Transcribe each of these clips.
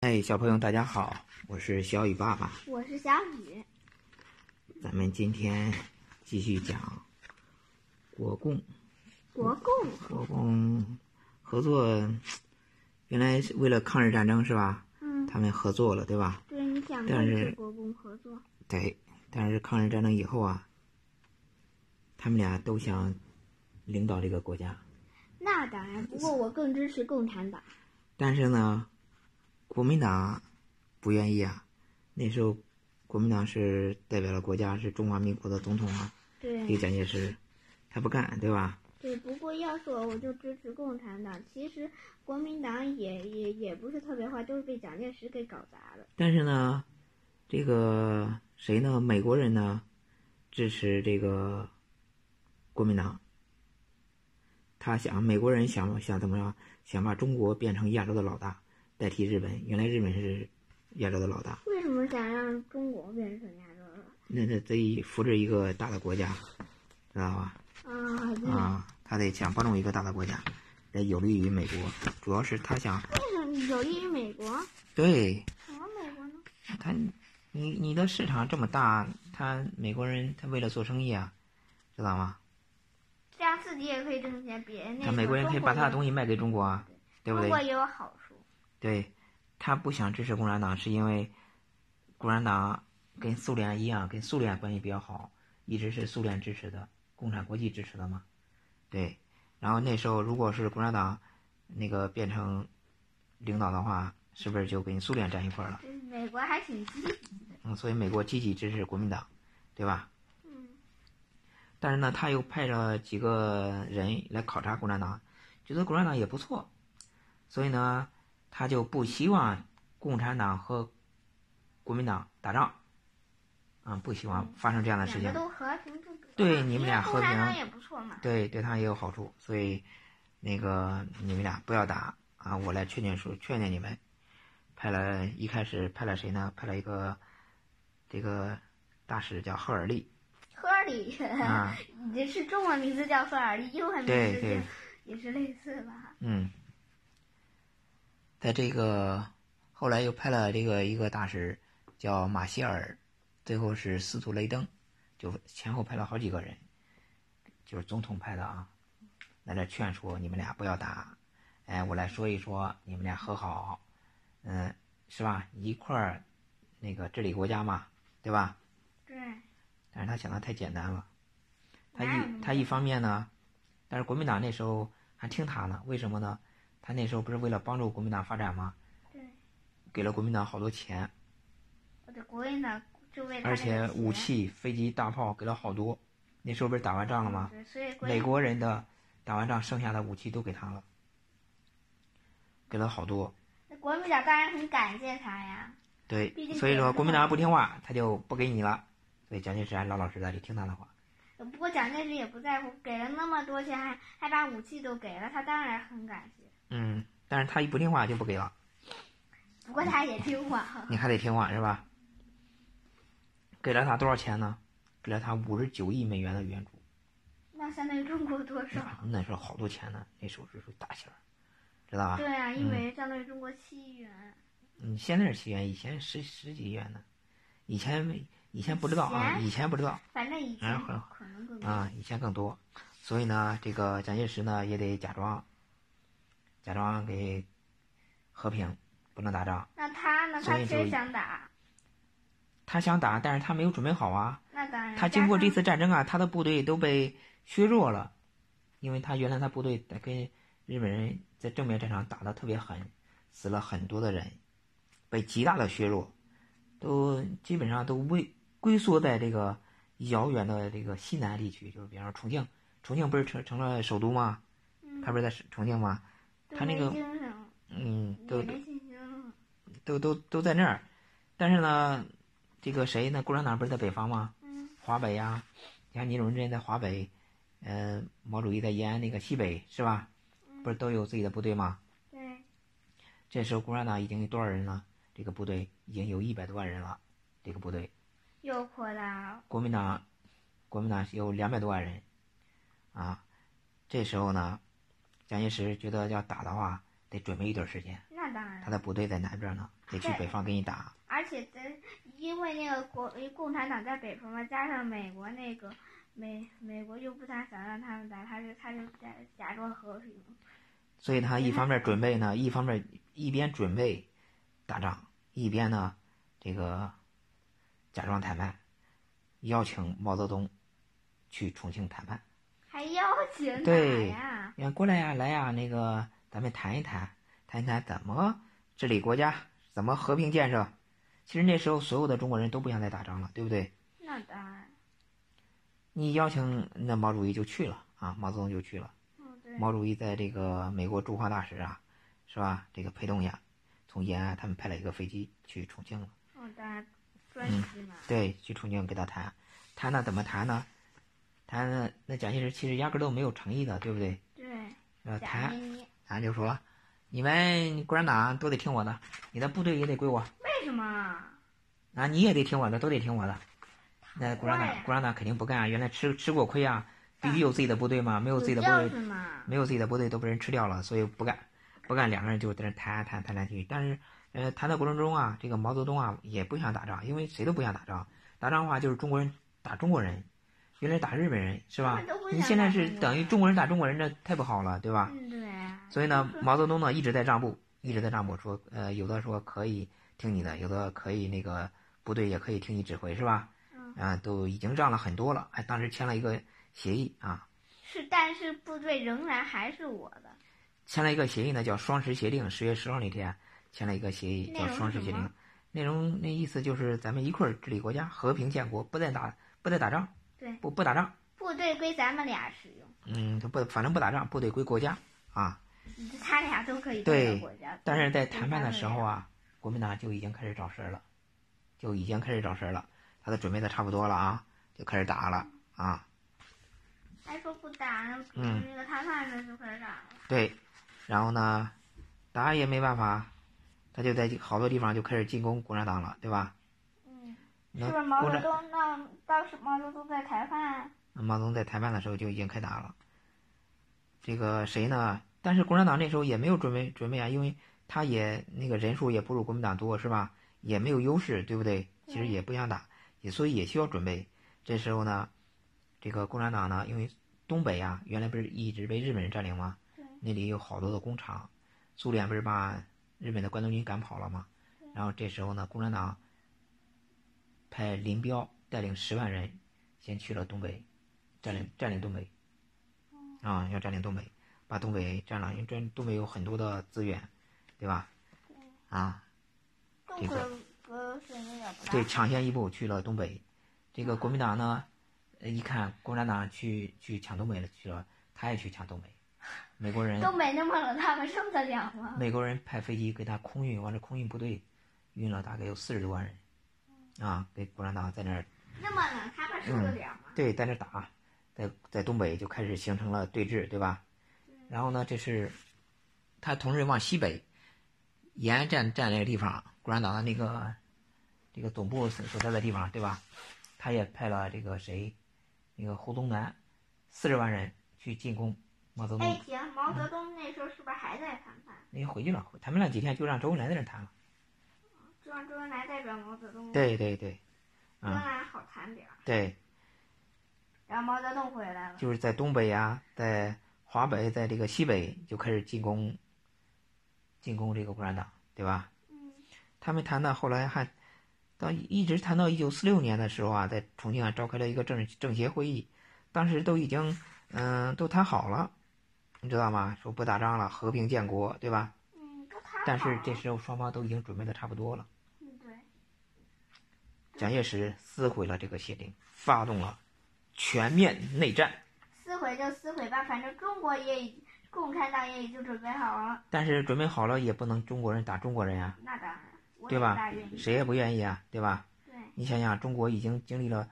嗨，哎小朋友，大家好，我是小雨爸爸。我是小雨，咱们今天继续讲国共。国共国共合作，原来是为了抗日战争是吧？嗯，他们合作了，对吧？对你想但跟是是国共合作，对。但是抗日战争以后啊，他们俩都想领导这个国家，那当然。不过我更支持共产党。但是呢，国民党不愿意啊。那时候，国民党是代表了国家，是中华民国的总统啊，给对蒋介石，他不干，对吧？对，不过要是我，我就支持共产党。其实国民党也也也不是特别坏，就是被蒋介石给搞砸了。但是呢，这个谁呢？美国人呢，支持这个国民党。他想，美国人想想怎么着？想把中国变成亚洲的老大，代替日本。原来日本是亚洲的老大，为什么想让中国变成亚洲了？那那得扶持一个大的国家，知道吧？啊，对啊，他得想帮助一个大的国家，来有利于美国。主要是他想，为什么有利于美国？对什么美国呢？他，你你的市场这么大，他美国人他为了做生意啊，知道吗？这样自己也可以挣钱，别那他美国人可以把他的东西，西卖给中国啊，对不中国对？也有好处。对，他不想支持共产党，是因为共产党跟苏联一样，跟苏联关系比较好，一直是苏联支持的，共产国际支持的嘛。对，然后那时候如果是共产党那个变成领导的话，是不是就跟苏联站一块儿了？就是嗯美国还挺积极。嗯，所以美国积极支持国民党，对吧？嗯，但是呢，他又派着几个人来考察共产党，觉得共产党也不错，所以呢，他就不希望共产党和国民党打仗，啊、不希望发生这样的事嗯两情个，都和平不可。对你们俩因为和共产党平也不错嘛。对对他也有好处，所以那个你们俩不要打啊，我来劝劝说劝劝你们，派了一开始派了谁呢？派了一个这个大使叫赫尔利赫尔里， 啊，你这是中文名字叫赫尔利，英文名对字对就也是类似吧？嗯，在这个后来又派了这个一个大使叫马歇尔，最后是司徒雷登，就前后派了好几个人，就是总统派的啊，来这劝说你们俩不要打，哎，我来说一说你们俩和好，嗯，是吧？一块儿那个治理国家嘛，对吧？对，但是他想的太简单了，他哪有那一么他一方面呢，但是国民党那时候还听他呢，为什么呢？他那时候不是为了帮助国民党发展吗？对，给了国民党好多钱，我的国民党就为了而且武器、器飞机、大炮给了好多。那时候不是打完仗了吗？对，所以国美民国人的打完仗剩下的武器都给他了，给了好多。国民党当然很感谢他呀。对毕，竟所以给了说他国民好党不听话，他就不给你了。所以蒋介石还老老实实的就听他的话。不过蒋介石也不在乎，给了那么多钱，还还把武器都给了他，当然很感谢。嗯，但是他一不听话就不给了。不过他也听话，你还得听话是吧？给了他多少钱呢？给了他五十九亿美元的援助，啊那相当于中国多少？ 那时候好多钱呢，那时候是属于大钱儿，知道吧对？啊，一美元相当于中国七元。嗯，现在是七元，以前十十几元呢，以前没，以前不知道啊，以以前不知道反正以前哎好可能更多。啊，以前更多，所以呢，这个蒋介石呢也得假装，假装给和平，不能打仗。那他呢？所他以其就实想打，他想打，但是他没有准备好啊，那当然。他经过加这上次战争啊，他的部队都被削弱了，因为他原来他部队在跟日本人在正面战场打得特别狠，死了很多的人，被极大的削弱，都基本上都归龟缩在这个遥远的这个西南地区，就是比方说重庆，重庆不是成成了首都吗？嗯他不是在重庆吗？都他那没个精神了嗯，都也没信心了。都都都在那儿，但是呢，这个谁呢？共产党不是在北方吗？嗯，华北呀、你看倪主任之前在华北，嗯、毛主席在延安那个西北是吧？不是都有自己的部队吗？对，这时候共产党已经有多少人了？这个部队已经有一百多万人了。这个部队，又扩大了。国民党，国民党是有两百多万人，啊，这时候呢，蒋介石觉得要打的话，得准备一段时间。那那当然他了，的部队在南边呢，得去对北方给你打。而且在因为那个国共产党在北方嘛，加上美国那个美美国又不太想让他们打，他就他就假假装和平，所以他一方面准备呢，一方面一边准备打仗，一边呢这个假装谈判，邀请毛泽东去重庆谈判。还邀请打对呀？你看过来呀，来呀，那个咱们谈一谈，谈一谈怎么治理国家，怎么和平建设。其实那时候所有的中国人都不想再打仗了，对不对？那当然，你邀请那毛主席就去了啊，毛泽东就去了。嗯对，毛主席在这个美国驻华大使啊，是吧？这个陪同下，从延安他们派了一个飞机去重庆了。嗯当然专嗯辑嘛，对，去重庆跟他谈，谈呢怎么谈呢？谈呢那蒋介石其实压根儿都没有诚意的，对不对？对，呃，假谈捏捏，谈就说，你们共产党都得听我的，你的部队也得归我，为什么？啊，你也得听我的，都得听我的。那共产坏呀党，共产党肯定不干啊！原来吃吃过亏啊，必须有自己的部队嘛，没有自己的部队有教训嘛，没有自己的部队都被人吃掉了，所以不干，不干，两个人就在那谈啊谈谈来谈去。但是，呃，谈的过程中啊，这个毛泽东啊也不想打仗，因为谁都不想打仗。打仗的话就是中国人打中国人，原来打日本人是吧他们都不？想你现在打是中国啊等于人中国人打中国人，这太不好了，对吧？嗯对啊，所以呢，毛泽东呢一直在让步，一直在让步，说呃，有的说可以听你的，有的可以那个部队也可以听你指挥，是吧？嗯啊，都已经让了很多了，还当时签了一个协议啊，是，但是部队仍然还是我的，签了一个协议呢，叫《双十协定》。十月十号那天签了一个协议，内叫容《是双十什协定么》。内容那意思就是咱们一块儿治理国家，和平建国，不再打，不再打仗，对不不打仗，部队归咱们俩使用，嗯，就不反正不打仗，部队归国家啊。他俩都可以对代表国家。但是在谈判的时候啊，国民党就已经开始找事儿了，就已经开始找事儿了，他都准备的差不多了啊，就开始打了啊。还哎说不打，然后嗯那个谈判的时候开始打了。对，然后呢，打也没办法，他就在好多地方就开始进攻共产党了，对吧？嗯，那是不是毛共泽产东那当时毛泽东在啊谈判？毛泽东在谈判的时候就已经开打了。这个谁呢？但是共产党那时候也没有准备准备啊，因为他也那个人数也不如国民党多，是吧？也没有优势，对不对？其实对也不想打，也所以也需要准备。这时候呢，这个共产党呢，因为东北啊，原来不是一直被日本人占领吗对？那里有好多的工厂，苏联不是把日本的关东军赶跑了吗？然后这时候呢，共产党派林彪带领十万人，先去了东北，占领占领东北，啊，要占领东北，把东北占了，因为占东北有很多的资源，对吧？啊，东这北个不是那个不大对，抢先一步去了东北，这个国民党呢，呃一看共产党去去抢东北了去了，他也去抢东北，美国人东北那么冷，他们受得了吗？美国人派飞机给他空运，完了空运部队运了大概有四十多万人，啊，给共产党在那儿那么冷，他们受得了吗？对，在那打，在在东北就开始形成了对峙，对吧？然后呢，这是他同时往西北延安站站那个地方，共产党的那个这个总部所所在的地方，对吧？他也派了这个谁，那个胡宗南四十万人去进攻毛泽哎东，，行，毛泽东那时候是不是还在谈判？那就回去了。谈判了几天，就让周恩来在那儿谈了。就让周恩来代表毛泽东，周对对对恩嗯来好谈点儿。对，然后毛泽东回来了，就是在东北啊，在华北，在这个西北就开始进攻，进攻这个共产党，对吧？嗯，他们谈到后来还到一直谈到一九四六年的时候啊，在重庆啊召开了一个政政协会议，当时都已经嗯、都谈好了，你知道吗？说不打仗了，和平建国，对吧？嗯，都谈好了。但是这时候双方都已经准备的差不多了，嗯对，蒋介石撕毁了这个协定，发动了全面内战。撕毁就撕毁吧，反正中国也已，共产党也已经准备好了。但是准备好了也不能中国人打中国人呀、那当然，我也对不吧大愿意。谁也不愿意啊，对吧？对，你想想，中国已经经历了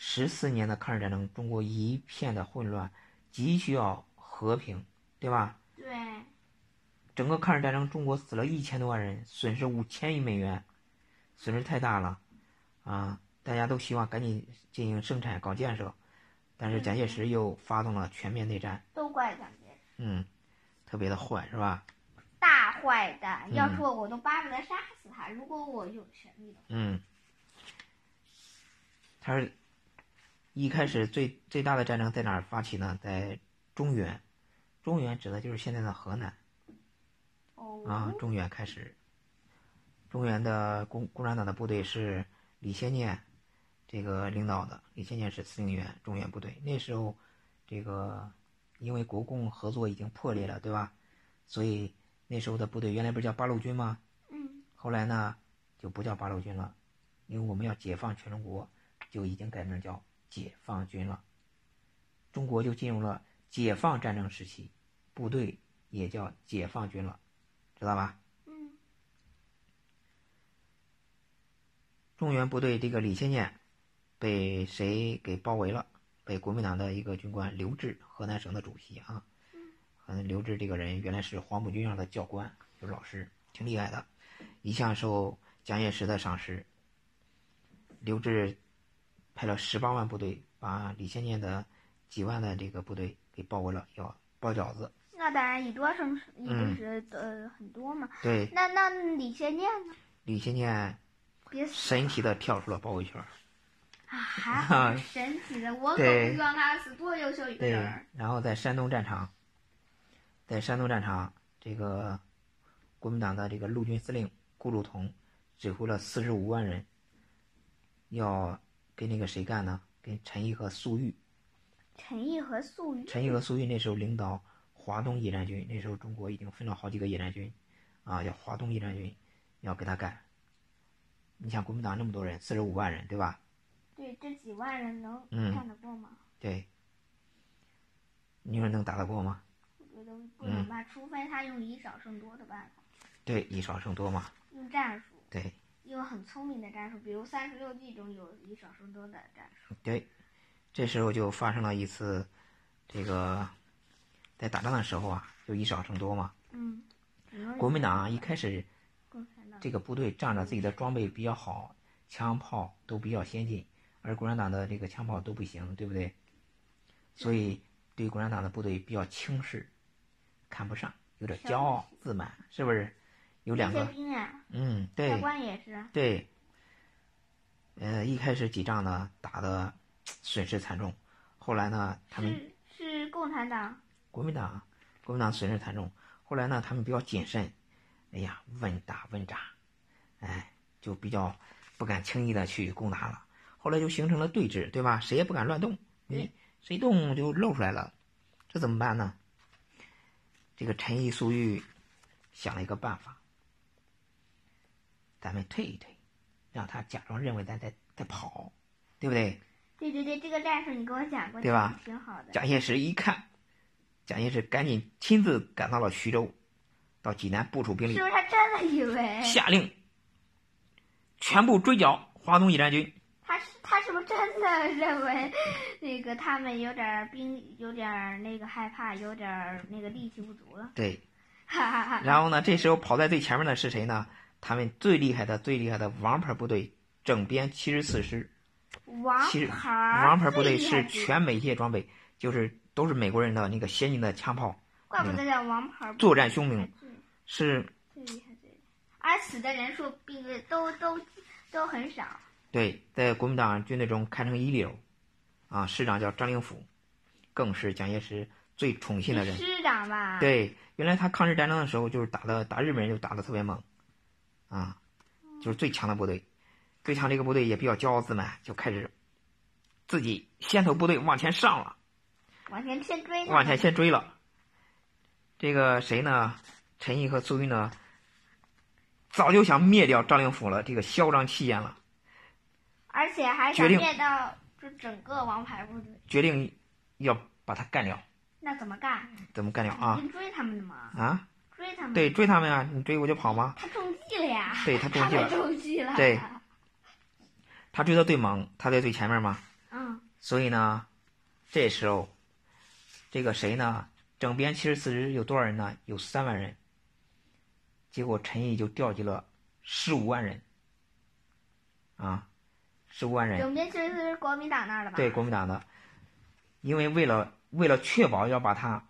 十四年的抗日战争，中国一片的混乱，急需要和平，对吧？对，整个抗日战争，中国死了一千多万人，损失五千亿美元，损失太大了，啊！大家都希望赶紧进行生产搞建设，但是蒋介石又发动了全面内战，嗯都怪蒋介石，嗯，特别的坏，是吧？大坏蛋，要嗯说我都巴不得杀死他。如果我有神力的话，嗯，他是一开始最最大的战争在哪儿发起呢？在中原，中原指的就是现在的河南哦，啊。中原开始，中原的共共产党的部队是李先念这个领导的，李先念是司令员，中原部队。那时候，这个因为国共合作已经破裂了，对吧？所以那时候的部队原来不是叫八路军吗？嗯，后来呢，就不叫八路军了，因为我们要解放全中国，就已经改名叫解放军了。中国就进入了解放战争时期，部队也叫解放军了，知道吧？嗯，中原部队这个李先念被谁给包围了？被国民党的一个军官刘峙，河南省的主席啊。嗯，刘峙这个人原来是黄埔军校的教官，就是老师，挺厉害的，一向受蒋介石的赏识。刘峙派了十八万部队，把李先念的几万的这个部队给包围了，要包饺子。那当然以多胜数，一定嗯是呃很多嘛。对，那那李先念呢？李先念别死神奇的跳出了包围圈儿。啊！还 好是神奇的，我可对不希望他死，多优秀一个对人儿。，然后在山东战场，在山东战场，这个国民党的这个陆军司令顾祝同指挥了四十五万人，要跟那个谁干呢？跟陈毅和粟裕。陈毅和粟裕，陈毅和粟裕那时候领导华东野战军，那时候中国已经分了好几个野战军，啊，叫华东野战军，要跟他干。你想国民党那么多人，四十五万人，对吧？对这几万人能嗯干得过吗？对，你说能打得过吗？我觉得不能嗯吧，除非他用以少胜多的办法，对，以少胜多嘛。用战术，对，用很聪明的战术，比如三十六计中有以少胜多的战术。对，这时候就发生了一次，这个在打仗的时候啊，就以少胜多嘛。嗯，只能国民党啊一开始共产党这个部队仗着自己的装备比较好，枪炮都比较先进，而共产党的这个枪炮都不行，对不对？所以对共产党的部队比较轻视，看不上，有点骄傲自满，是不是？有两这个些，兵啊，嗯，对。教官也是，啊对，呃，一开始几仗呢打的损失惨重，后来呢，他们是是共产党，国民党，国民党损失惨重，后来呢，他们比较谨慎，哎呀，稳打稳扎，哎，就比较不敢轻易的去攻打了。后来就形成了对峙，对吧？谁也不敢乱动，你对谁动就露出来了，这怎么办呢？这个陈毅、粟裕想了一个办法，咱们退一退，让他假装认为咱在在跑，对不对？对对对，这个战术你跟我讲过，对吧挺挺好的。蒋介石一看，蒋介石赶紧亲自赶到了徐州，到济南部署兵力是不，是他真的以为下令全部追剿华东野战军。他是他是不是真的认为那个他们有点儿兵有点儿那个害怕，有点儿那个力气不足了？对，哈哈哈。然后呢，这时候跑在最前面的是谁呢？他们最厉害的、最厉害的王牌部队整编七十四师，王其实牌儿王牌部啊最队厉害是的全美械装备，就是都是美国人的那个先进的枪炮，怪不得叫王牌儿部作队战汹最涌，是最厉害最厉害，而死的人数并不都都都很少。对，在国民党军队中堪称一流，啊，师长叫张灵甫，更是蒋介石最宠信的是啊人。师长吧？，对，原来他抗日战争的时候，就是打的打日本人就打的特别猛，啊，就是最强的部队，最强这个部队也比较骄傲自满，就开始自己先头部队往前上了，往前先追他们。往前先追了。这个谁呢？陈毅和粟裕呢，早就想灭掉张灵甫了，这个嚣张气焰了。而且还决想定灭到这整个王牌部队，决定要把他干掉，那怎么干？怎么干掉已啊？经追他们了吗？啊，追他们？对，，追他们啊，你追我就跑吗？他中计了呀！对他中他计们了，中计了。对他追的最猛，他在最前面嘛，嗯，所以呢，这时候，这个谁呢？整编七十四师有多少人呢？有三万人。结果陈毅就调集了十五万人，啊，十五万人，永斌其实是国民党那儿的吧？对，国民党的，因为为了为了确保要把他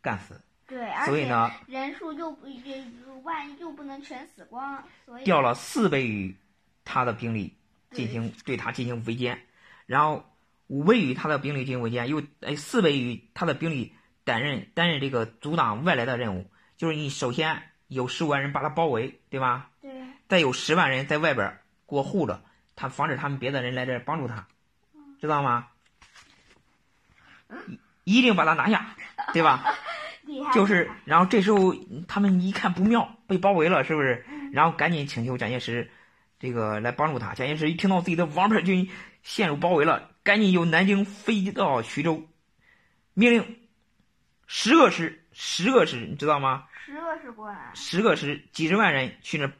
干死，对，而所以且呢，人数又不也万一又不能全死光，所以调了四倍他的兵力进行对他进行围歼，然后五倍于他的兵力进行围歼，又哎四倍于他的兵力担任担任这个阻挡外来的任务，就是你首先有十五万人把他包围，对吧？对再有十万人在外边儿给我护着他，防止他们别的人来这儿帮助他，知道吗？一一定把他拿下，对吧？厉害就是，然后这时候他们一看不妙，被包围了，是不是？然后赶紧请求蒋介石这个来帮助他。蒋介石一听到自己的王牌军陷入包围了，赶紧由南京飞到徐州，命令十个师，十个师，你知道吗？十个是过来，十个师，几十万人去那儿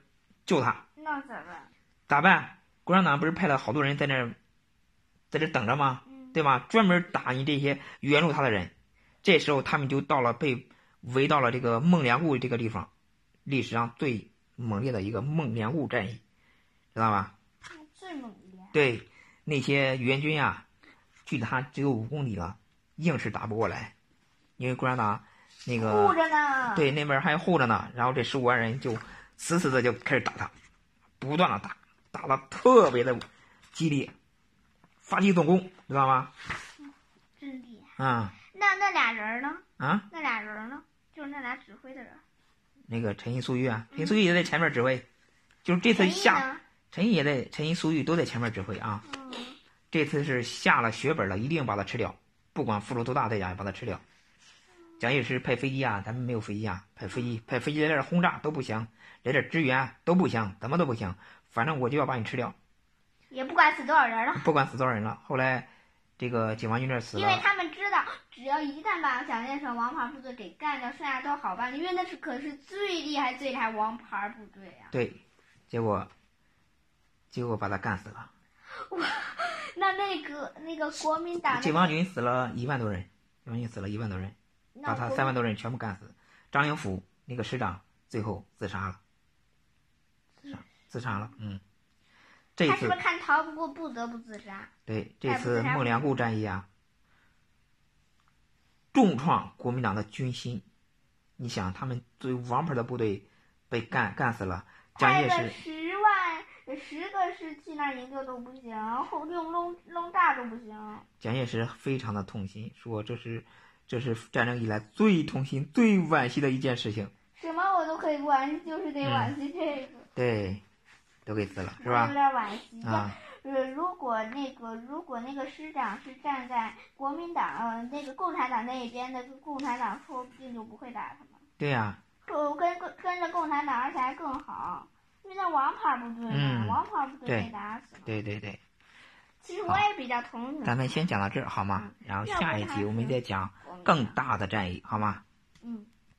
救他，那怎么办？咋办？共产党不是派了好多人在那儿在这儿等着吗？嗯，对吧？专门打你这些援助他的人。这时候他们就到了被围到了这个孟良崮这个地方，历史上最猛烈的一个孟良崮战役，知道吧？最猛烈，对，那些援军啊，距他只有五公里了，硬是打不过来，因为共产党那个护着呢。，对，那边还护着呢。然后这十五万人就死死的就开始打他，不断的打，打的特别的激烈，发起总攻，知道吗？真厉害。啊、那那俩人呢？啊。那俩人呢？就是那俩指挥的人。那个陈毅、粟裕啊，陈毅、粟裕也在前面指挥，就是这次陈毅下呢？陈毅也在，陈毅、粟裕都在前面指挥啊。嗯，这次是下了血本了，一定把它吃掉，不管付出多大代价也把它吃掉。蒋介石派飞机啊，咱们没有飞机啊，派飞机派飞机来这儿轰炸都不行，来这儿支援啊都不行，怎么都不行，反正我就要把你吃掉，也不管死多少人了，不管死多少人了。后来这个解放军这儿死因为了，他们知道，只要一旦把蒋介石王牌部队给干掉，剩下都好办，因为那是可是最厉害、最厉害王牌部队啊。对，结果结果把他干死了。那那个那个国民党那解放军死了一万多人，解放军死了一万多人。那把他国三万多人全部干死。张灵甫那个师长最后自杀了，自杀自杀了。嗯，这他是次不是看逃不过，不得不自杀？对这哎不次自杀孟良崮战役啊，重创国民党的军心。你想，他们作为王牌的部队被干干死了，蒋派介个石十万十个师去那儿营救都不行，后用弄弄大都不行。蒋介石非常的痛心，说这是这是战争以来最痛心、最惋惜的一件事情。什么我都可以惋惜，就是得惋惜这个，对，都给死了，是嗯有吧？点惋惜。啊。呃，如果那个如果那个师长是站在国民党、呃、那个共产党那一边的，共产党说不定就不会打他们，对呀、说跟跟着共产党，而且还更好，因为那王牌部队嘛，嗯王牌部队对被打死了。对对对。其实我也比较同情咱们先讲到这儿好吗？然后下一集我们再讲国民党更大的战役好吗？嗯。